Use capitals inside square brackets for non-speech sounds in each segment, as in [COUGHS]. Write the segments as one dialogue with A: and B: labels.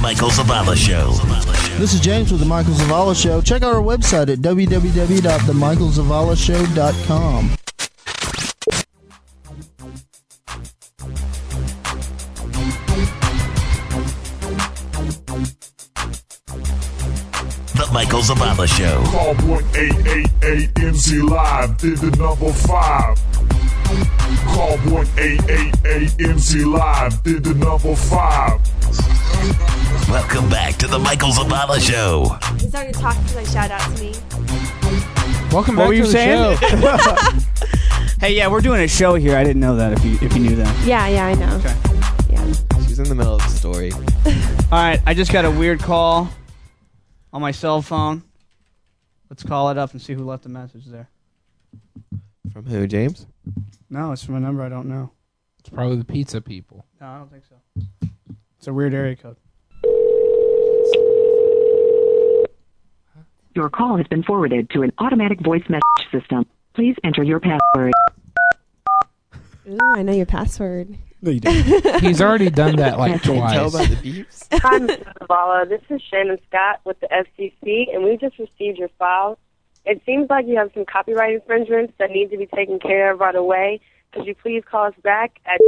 A: Michael Zavala Show.
B: This is James with The Michael Zavala Show. Check out our website at www.themichaelzavalashow.com.
A: The Michael Zavala Show.
C: Call 1-888-NZ Live, did the number five. Call 1-888-NZ Live, did the number five.
A: Welcome back to The Michael Zavala Show.
D: He's already talking to my shout out to me.
E: Welcome
F: What
E: back
F: were you
E: to the
F: saying?
E: show.
F: [LAUGHS] Hey, yeah, we're doing a show here. I didn't know that. If you if you knew that.
D: Yeah, yeah, I know.
F: Okay.
D: Yeah.
G: She's in the middle of the story.
F: All right, I just got a weird call on my cell phone. Let's call it up and see who left the message there.
G: From who, James?
F: No, it's from a number I don't know.
E: It's probably the pizza people.
F: No, I don't think so. It's a weird area code.
H: Your call has been forwarded to an automatic voice message system. Please enter your password.
D: Ooh, I know your password.
F: No, you didn't.
E: He's already done that
G: [LAUGHS]
E: like
G: Can you tell
E: twice.
G: by the beeps?
I: Hi, Mr. Zavala. This is Shannon Scott with the FCC, and we just received your file. It seems like you have some copyright infringements that need to be taken care of right away. Could you please call us back at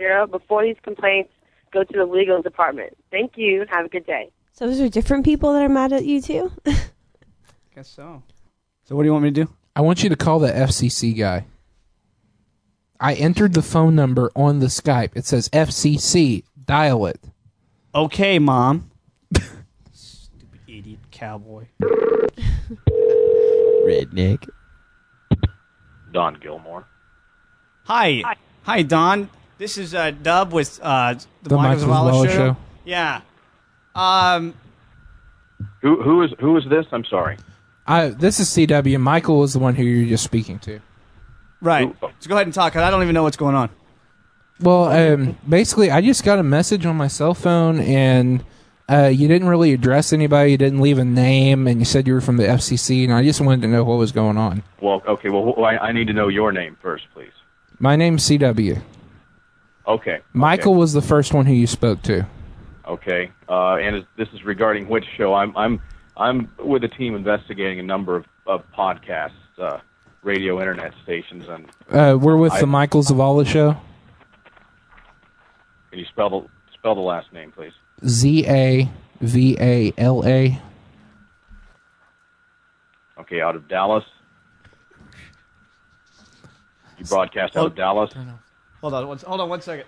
I: zero before these complaints go to the legal department? Thank you. Have a good day.
D: So those are different people that are mad at you too.
F: Guess so. So what do you want me to do?
E: I want you to call the FCC guy. I entered the phone number on the Skype. It says FCC. Dial it.
F: Okay, mom. Stupid idiot cowboy.
G: Redneck.
J: Don Gilmore.
F: Hi. Hi, Don. This is uh, Dub with uh, the,
E: The
F: Michael
E: Michael
F: Zavala
E: Zavala Show.
F: Yeah. Um.
J: Who who is who is this? I'm sorry.
E: I, this is CW. Michael was the one who you were just speaking to.
F: Right.
J: Who- oh.
F: So go ahead and talk. 'cause I don't even know what's going on.
E: Well, um, basically, I just got a message on my cell phone, and uh, you didn't really address anybody. You didn't leave a name, and you said you were from the FCC, and I just wanted to know what was going on.
J: Well, okay. Well, wh- I, I need to know your name first, please.
E: My name's CW.
J: Okay. okay,
E: Michael was the first one who you spoke to.
J: Okay. Uh, and is, this is regarding which show? I'm I'm I'm with a team investigating a number of, of podcasts, uh, radio, internet stations, and
E: Uh, we're with
J: I-
E: the Michael Zavala Show.
J: can you spell the spell the last name, please?
E: Z A V A L A.
J: Okay, out of Dallas. You broadcast out of Dallas.
F: Hold on. One, hold on one second.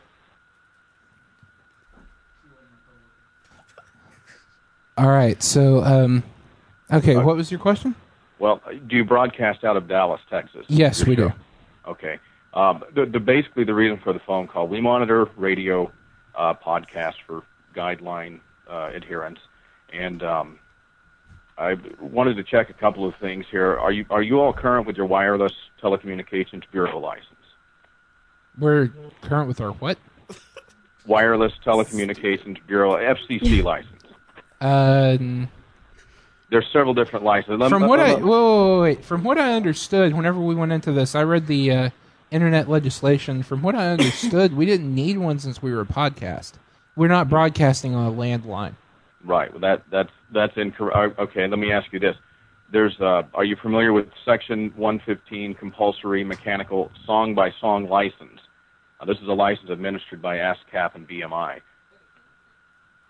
E: All right. So, um, okay. What was your question?
J: Well, do you broadcast out of Dallas, Texas?
E: Yes, we do.
J: Okay. Um, the, the basically the reason for the phone call, we monitor radio uh, podcasts for guideline uh, adherence, and um, I wanted to check a couple of things here. Are you are you all current with your wireless telecommunications bureau license?
E: We're current with our what?
J: Wireless telecommunications bureau FCC license.
E: Uh,
J: There's several different licenses. Let me-
E: from what
J: let
E: I
J: me-
E: whoa, whoa, whoa, wait, from what I understood, whenever we went into this, I read the uh, internet legislation. From what I understood, we didn't need one since we were a podcast. We're not broadcasting on a landline.
J: Right. Well, that that's that's incorrect. Oh, Okay. Let me ask you this. There's. Uh, are you familiar with Section 115 compulsory mechanical song by song license? Uh, this is a license administered by ASCAP and BMI.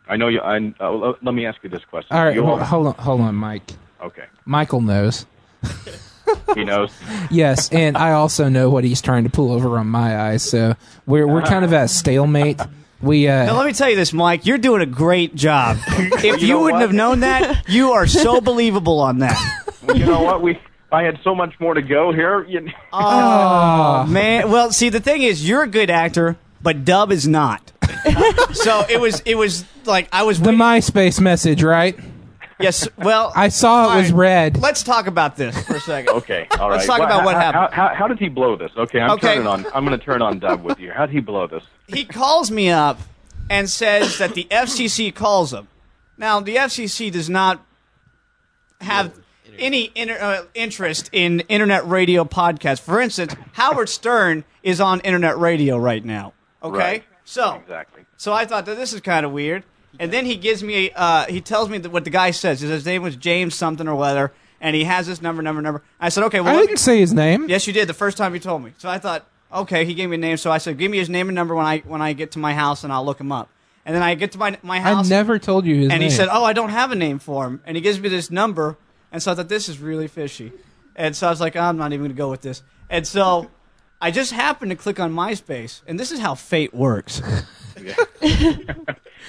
J: I know you. I, uh, l- let me ask you this question.
E: All right,
J: You
E: hold, hold on, hold on, Mike.
J: okay.
E: Michael knows.
F: [LAUGHS]
J: He knows.
E: Yes, and I also know what he's trying to pull over on my eyes. So we're we're kind of at a stalemate. We uh,
F: Now, let me tell you this, Mike. You're doing a great
J: [LAUGHS]
F: job. if you,
J: know
F: wouldn't
J: what?
F: have known
J: [LAUGHS]
F: that, you are so believable on that.
J: Well, you know what? We. I had so much more to go here. You,
F: Oh, man. Well, see, the thing is, you're a good actor, but Dub is
J: [LAUGHS]
F: not. so it was, it was like I was.
E: the
F: waiting-
E: MySpace message, right?
F: yes. Well,
E: I saw it was
F: All
E: red.
F: Let's talk about this for a second.
J: [LAUGHS] okay. All right.
F: Let's talk about
J: how-
F: what happened.
J: How, how, how did he blow this? Okay. I'm
F: Okay.
J: turning on. I'm going to turn on Doug with you. How did he blow this?
F: he calls me up and says that the FCC calls him. Now, the FCC does not have any inter- uh, interest in internet radio podcasts. For instance, Howard Stern is on internet radio right now. Okay,
J: Right.
F: so
J: Exactly.
F: so I thought that this is kind of weird. And then he gives me, uh, he tells me that what the guy says. He says His name was James something or whether, and he has this number, number, number. I said, okay, well,
E: I
F: let
E: didn't
F: me,
E: say his name.
F: yes, you did the first time you told me. So I thought, okay, he gave me a name. So I said, give me his name and number when I when I get to my house, and I'll look him up. And then I get to my my
E: I
F: house,
E: never told you his
F: and
E: name.
F: he said, "Oh, I don't have a name for him." And he gives me this number, and so I thought this is really fishy, and so I was like, "I'm not even going to go with this." And so I just happened to click on MySpace, and this is how fate works.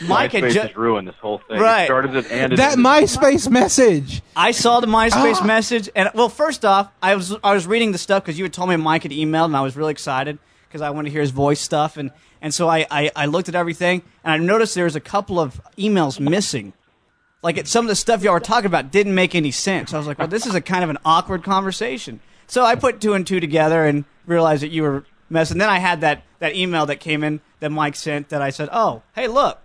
F: Mike had
J: MySpace
F: ju-
J: has ruined this whole thing.
F: Right.
J: It started it and it
E: that
J: ended.
E: MySpace message.
F: I saw the MySpace message, and well, first off, I was I was reading the stuff because you had told me Mike had emailed, and I was really excited because I wanted to hear his voice stuff, and and so I, I I looked at everything, and I noticed there was a couple of emails missing, like it, some of the stuff y'all were talking about didn't make any sense. I was like, well, this is a kind of an awkward conversation. So I put two and two together and realized that you were messing. Then I had that that email that came in that Mike sent that I said, oh, hey, look,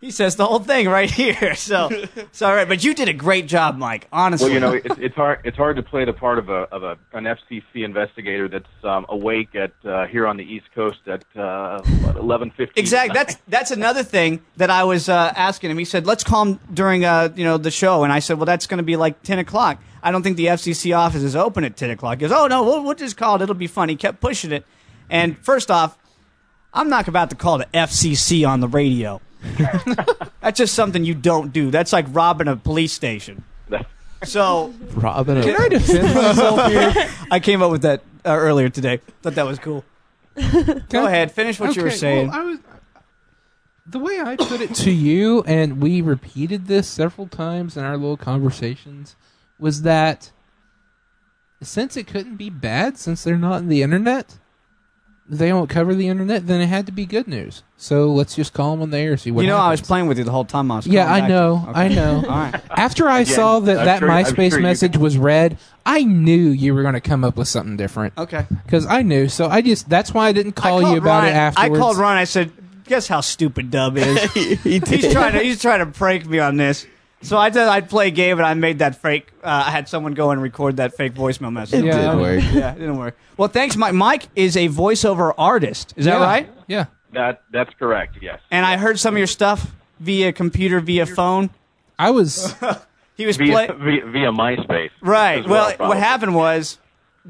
F: he says the whole thing right [LAUGHS] here. So, so all right, but you did a great job, Mike. Honestly,
J: [LAUGHS] Well, you know, it's, it's hard. It's hard to play the part of a of a an FCC investigator that's um, awake at uh, here on the East Coast at uh, eleven fifteen.
F: exactly.
J: [LAUGHS]
F: That's that's another thing that I was uh, asking him. He said, "Let's call him during uh, you know the show," and I said, "Well, that's going to be like ten o'clock. I don't think the FCC office is open at ten o'clock." He goes, "Oh no, we'll, we'll just call it. It'll be fun." He kept pushing it, and first off, I'm not about to call the FCC on the
E: [LAUGHS]
F: radio. that's just something you don't do. That's like robbing a police station.
J: That's,
F: So
G: Robin.
E: Can I defend myself here?
F: I came up with that uh, earlier today. Thought that was cool. Go ahead, finish what you were
E: Okay,
F: saying.
E: well, I was, the way I put
F: [LAUGHS]
E: it to you, and we repeated this several times in our little conversations, was that since it couldn't be bad, since they're not in the internet, they won't cover the internet, then it had to be good news. So let's just call them on the air and see what
F: you know, I was
E: happens.
F: playing with you the whole time. I was
E: Yeah,
F: calling
E: I
F: back.
E: know. I
F: Okay.
E: know.
F: All right.
E: After I
J: Again,
E: saw that
J: I'm
E: that
J: sure- I'm
E: MySpace
J: sure you
E: message was read, I knew you were going to come up with something different.
F: Okay.
E: Because I knew, so I just that's why I didn't
F: I
E: call
F: called
E: you about
F: Ryan-
E: it afterwards.
F: I called Ron. I said, "Guess how stupid Dub
E: [LAUGHS]
F: is." he's trying to he's trying to prank me on this. So I said I'd play a game, and I made that fake. Uh, I had someone go and record that fake voicemail message.
G: It
E: Yeah, I-
G: did work.
F: yeah, it didn't work. Well, thanks, Mike. Mike is a voiceover artist. Is that
E: Yeah.
F: right?
E: Yeah.
J: that that's correct. Yes.
F: And I heard some of your stuff via computer, via phone.
E: I [LAUGHS] was
F: He was
J: via,
F: play-
J: via via MySpace.
F: Right.
J: as
F: Well, what
J: probably.
F: happened was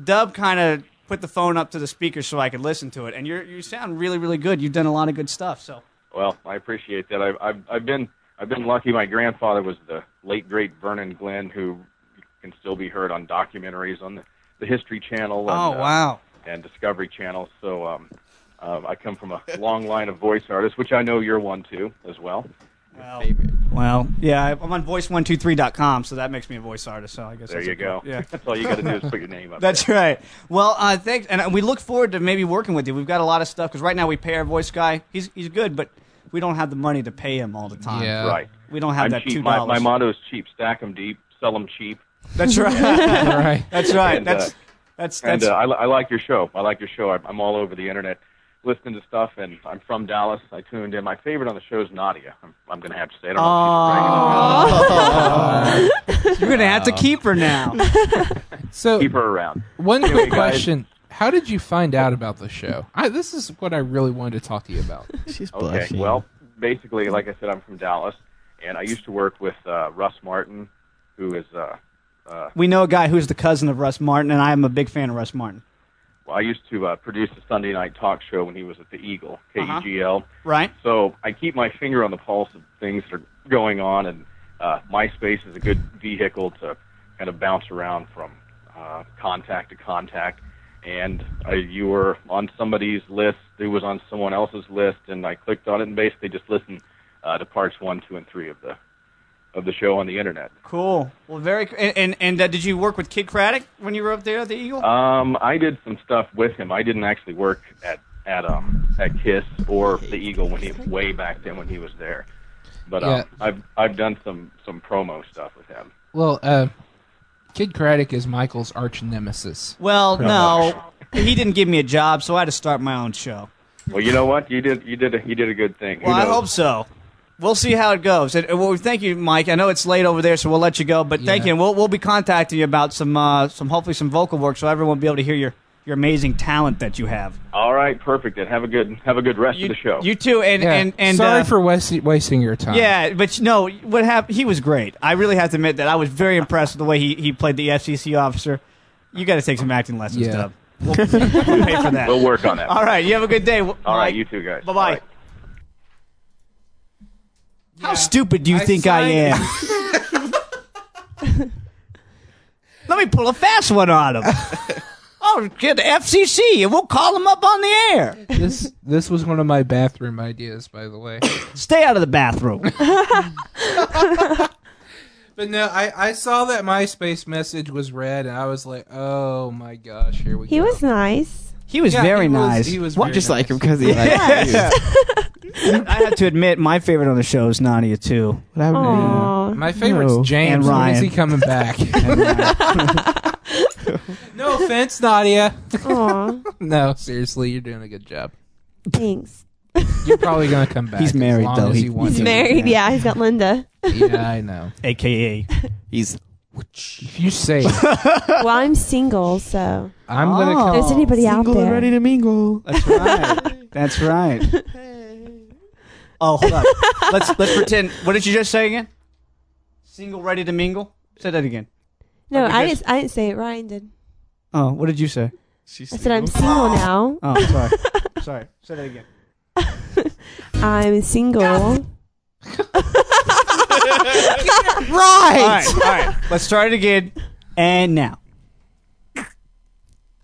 F: Dub kind of put the phone up to the speaker so I could listen to it, and you you sound really really good. You've done a lot of good stuff. So
J: Well, I appreciate that. I've, I've I've been I've been lucky. My grandfather was the late great Vernon Glenn, who can still be heard on documentaries on the, the History Channel. And,
F: Oh,
J: uh, and Discovery Channel. So um, um, I come from a [LAUGHS] long line of voice artists, which I know you're one too as well.
F: Well, well, yeah, I- I'm on voice123.com, so that makes me a voice artist. So I guess
J: There
F: that's
J: you
F: a-
J: go.
F: Yeah. [LAUGHS]
J: [LAUGHS] That's all you got to do is put your name up.
F: That's right. Well, uh, thanks, and uh, we look forward to maybe working with you. We've got a lot of stuff because right now we pay our voice guy. He's he's good, but we don't have the money to pay him all the time.
E: Yeah.
J: there. right.
F: We don't have
J: I'm
F: that two
J: cheap. My,
F: dollars.
J: my motto is cheap. Stack 'em deep. Sell 'em cheap.
F: That's right. [LAUGHS]
E: [LAUGHS] right.
F: That's right.
J: And, uh,
F: that's that's
J: And
F: that's
J: uh, I, li- I like your show. I like your show. I'm, I'm all over the internet listening to stuff, and I'm from Dallas. I tuned in. My favorite on the show is Nadia. I'm, I'm going to have to say. I don't know if she's pregnant.
F: You're gonna have to keep her [LAUGHS] now.
E: So
J: Keep her around.
E: one quick
J: guys.
E: question: How did you find out about the show? I, this is what I really wanted to talk to you about. [LAUGHS]
G: She's
J: Okay.
G: blushing.
J: Well, basically, like I said, I'm from Dallas, and I used to work with uh, Russ Martin, who is. Uh,
F: We know a guy who's the cousin of Russ Martin, and I am a big fan of Russ Martin.
J: well, I used to uh, produce a Sunday night talk show when he was at the Eagle, E KEGL.
F: Uh-huh. Right?
J: So I keep my finger on the pulse of things that are going on, and uh, MySpace is a good vehicle to kind of bounce around from uh, contact to contact. And uh, you were on somebody's list, it was on someone else's list, and I clicked on it and basically just listened uh, to parts one, two, and three of the of the show on the internet.
F: Cool. Well, very. c- And and, and uh, did you work with Kid Craddock when you were up there at the Eagle?
J: Um, I did some stuff with him. I didn't actually work at at um at Kiss or the Eagle when he way back then when he was there. But um,
E: Yeah.
J: I've I've done some some promo stuff with him.
E: Well, uh, Kid Craddock is Michael's arch nemesis.
F: well, no. He didn't give me a job, so I had to start my own show.
J: Well, you know what? You did you did a, you did a good thing. Who
F: Well, I
J: knows?
F: hope so. We'll see how it goes. And, uh, well, thank you, Mike. I know it's late over there, so we'll let you go. But thank
E: Yeah.
F: you, and we'll we'll be contacting you about some uh, some hopefully some vocal work, so everyone will be able to hear your your amazing talent that you have.
J: All right, perfect. And have a good have a good rest of the show.
F: You too, and
E: Yeah.
F: and and
E: sorry
F: uh,
E: for wasi- wasting your time.
F: Yeah, but you no, know, what happened? He was great. I really have to admit that I was very impressed with the way he, he played the FCC officer. You got to take some acting lessons,
E: Yeah.
F: Dub. We'll, we'll pay for that.
J: We'll work on
F: [LAUGHS]
J: that.
F: All right, you have a good day.
J: All right, you too, guys.
F: Bye bye. How stupid do you
E: I
F: think I am? [LAUGHS] Let me pull a fast one on him. oh, get the FCC, and we'll call him up on the air.
E: this this was one of my bathroom ideas, by the way.
F: Stay out of the bathroom.
E: [COUGHS] But no, I, I saw that MySpace message was read, and I was like, oh my gosh, here we
D: He
E: go.
D: was nice.
F: He was
E: Yeah,
F: very
E: he was-
F: nice.
E: he was
G: What?
E: very
G: Just like
E: nice.
G: him because he likes you.
F: Yeah. I have to admit, my favorite on the show is Nadia too.
G: What happened to you?
D: Aw.
E: My favorite's
G: No.
E: James.
F: And
E: When is
F: Ryan.
E: he coming back?
F: [LAUGHS] All
E: [LAUGHS] no offense, Nadia.
D: Aw.
E: No, seriously, you're doing a good job.
I: [LAUGHS]
D: Thanks.
E: You're probably gonna come
F: [LAUGHS]
E: back.
F: He's married,
E: as long
F: though.
E: As
F: He-
E: you want
D: He's
E: to.
D: married. Yeah, he's
I: [LAUGHS]
D: got Linda.
E: Yeah, I know.
F: AKA,
G: He's
E: If you say it,
D: Well, I'm single, so
E: I'm
F: Oh.
E: gonna come.
D: is anybody out
G: single and
D: there?
G: ready to mingle.
F: that's right. That's right. Oh, hold on. let's let's pretend. What did you just say again? Single, ready to mingle. Say that again.
D: no,
F: Okay,
D: I
F: guys.
D: didn't. I didn't say it. Ryan did.
F: Oh, what did you say?
D: I said I'm single now.
F: Oh, sorry. sorry. Say that again.
D: I'm single.
F: All right. All right. Let's try it again. And now.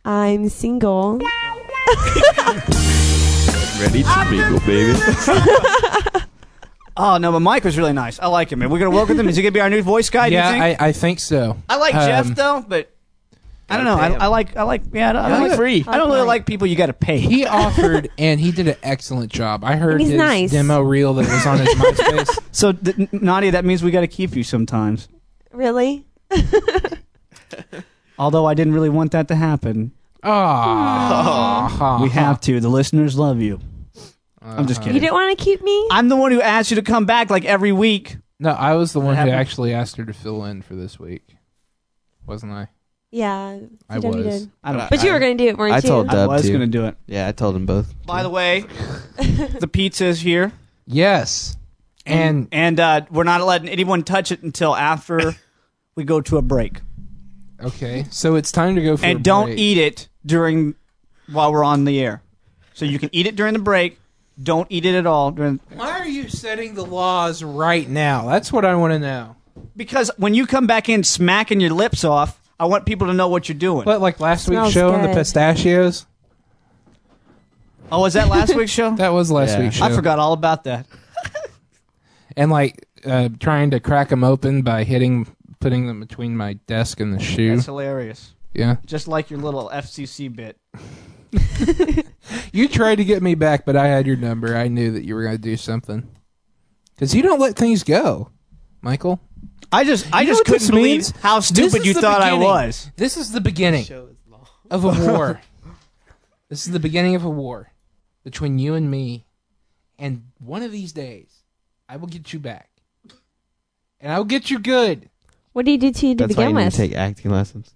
D: I'm single.
G: Ready to mingle, baby.
F: Oh no, but Mike was really nice. I like him, and we're gonna work with him. Is he gonna be our new voice guy? do you
E: Yeah,
F: think?
E: I, I think so.
F: I like
E: Um,
F: Jeff though, but I don't know. I, I like I like yeah. I don't, I don't
E: Yeah.
F: like free. I don't really like people you got to pay.
E: He offered, and he did an excellent job. I heard
D: He's
E: his
D: nice.
E: demo reel that
F: [LAUGHS]
E: was on his MySpace.
F: so th- N- Nadia, that means we got to keep you sometimes.
D: Really?
F: Although I didn't really want that to happen,
E: Ah,
F: we have to. The listeners love you. I'm
E: Uh,
F: just
D: You
F: kidding.
D: didn't want to keep me?
F: I'm the one who asked you to come back like every week.
E: No, I was the one who
F: happened?
E: actually asked her to fill in for this week, wasn't I?
D: yeah. you
E: I
D: don't need
E: was.
D: to-
F: I don't.
D: But you were gonna do it, weren't
G: I
D: you?
G: told
F: I
G: Dub
F: was
G: too.
F: gonna do it.
G: Yeah, I told them both.
F: By the
E: [LAUGHS]
F: way, the pizza's here,
E: Yes, and
F: and uh, we're not letting anyone touch it until after [LAUGHS] we go to a break.
E: okay, so it's time to go for.
F: and
E: a
F: don't
E: break.
F: eat it during while we're on the air. So you can eat it during the break. Don't eat it at all during
E: Why are you setting the laws right now? That's what I want to know.
F: because when you come back in smacking your lips off, I want people to know what you're doing.
E: But like last week's
D: Smells
E: show on the
D: good.
E: pistachios,
F: Oh, was [LAUGHS] that last week's show?
E: that was last
G: Yeah.
E: week's show.
F: I forgot all about that.
E: And like uh, trying to crack them open by hitting, putting them between my desk and the shoe.
F: That's hilarious.
E: yeah,
F: Just like your little FCC bit.
E: you tried to get me back, but I had your number. I knew that you were going to do something because you don't let things go, Michael.
F: I just I
E: You know
F: just
E: what this
F: couldn't believe
E: means?
F: how
E: This
F: stupid
E: is
F: you
E: the
F: thought I
E: beginning.
F: was.
E: This is the beginning of a war. this is the beginning of a war between you and me. And one of these days, I will get you back. And I'll get you good.
D: What do you do to you to
G: That's why
D: begin
G: you need
D: with?
G: to take acting lessons.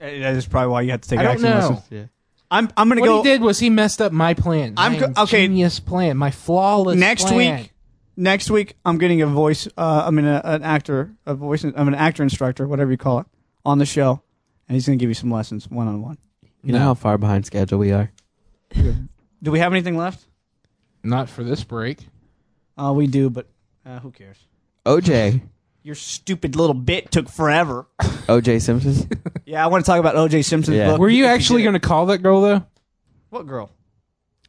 F: Eh, That is probably why you had to take
E: I don't
F: action.
E: know.
G: Yeah.
F: I'm I'm gonna
E: What
F: go
E: he did was he messed up my plan.
F: I'm
E: I'm
F: go- okay.
E: genius plan. My flawless
F: next
E: plan.
F: week. Next week, I'm getting a voice. Uh, I mean, a, an actor, a voice. I'm an actor instructor, whatever you call it, on the show, and he's going to give you some lessons one on one.
G: You know
E: No.
G: how far behind schedule we are.
F: Do we have anything left?
E: Not for this break.
F: Uh, we do, but uh, who cares?
G: OJ,
F: Your stupid little bit took forever.
G: OJ Simpson.
F: yeah, I want to talk about O.J. Simpson's
G: Yeah.
F: book.
E: Were you
F: If
E: actually
F: did it.
E: going to call that girl though?
F: What girl?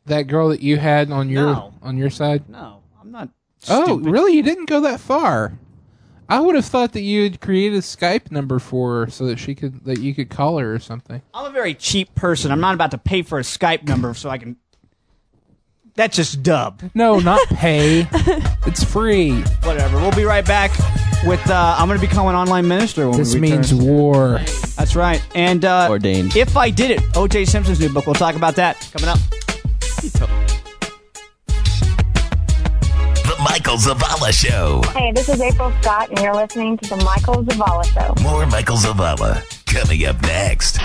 E: That girl that you had on your
F: No.
E: on your side?
F: No, I'm not.
E: Oh,
F: stupid.
E: really? You didn't go that far. I would have thought that you had created a Skype number for her so that she could that you could call her or something.
F: I'm a very cheap person. I'm not about to pay for a Skype number so I can. That's just dub.
E: No, not pay. it's free.
F: Whatever. We'll be right back with. Uh, I'm going to become an online minister when
E: This
F: we return.
E: means war.
F: That's right. And uh, [LAUGHS]
G: Ordained.
F: If I did it, OJ Simpson's new book. We'll talk about that coming up.
A: The Michael Zavala Show.
K: Hey, this is April Scott, and you're listening to the Michael Zavala Show.
A: More Michael Zavala coming up next.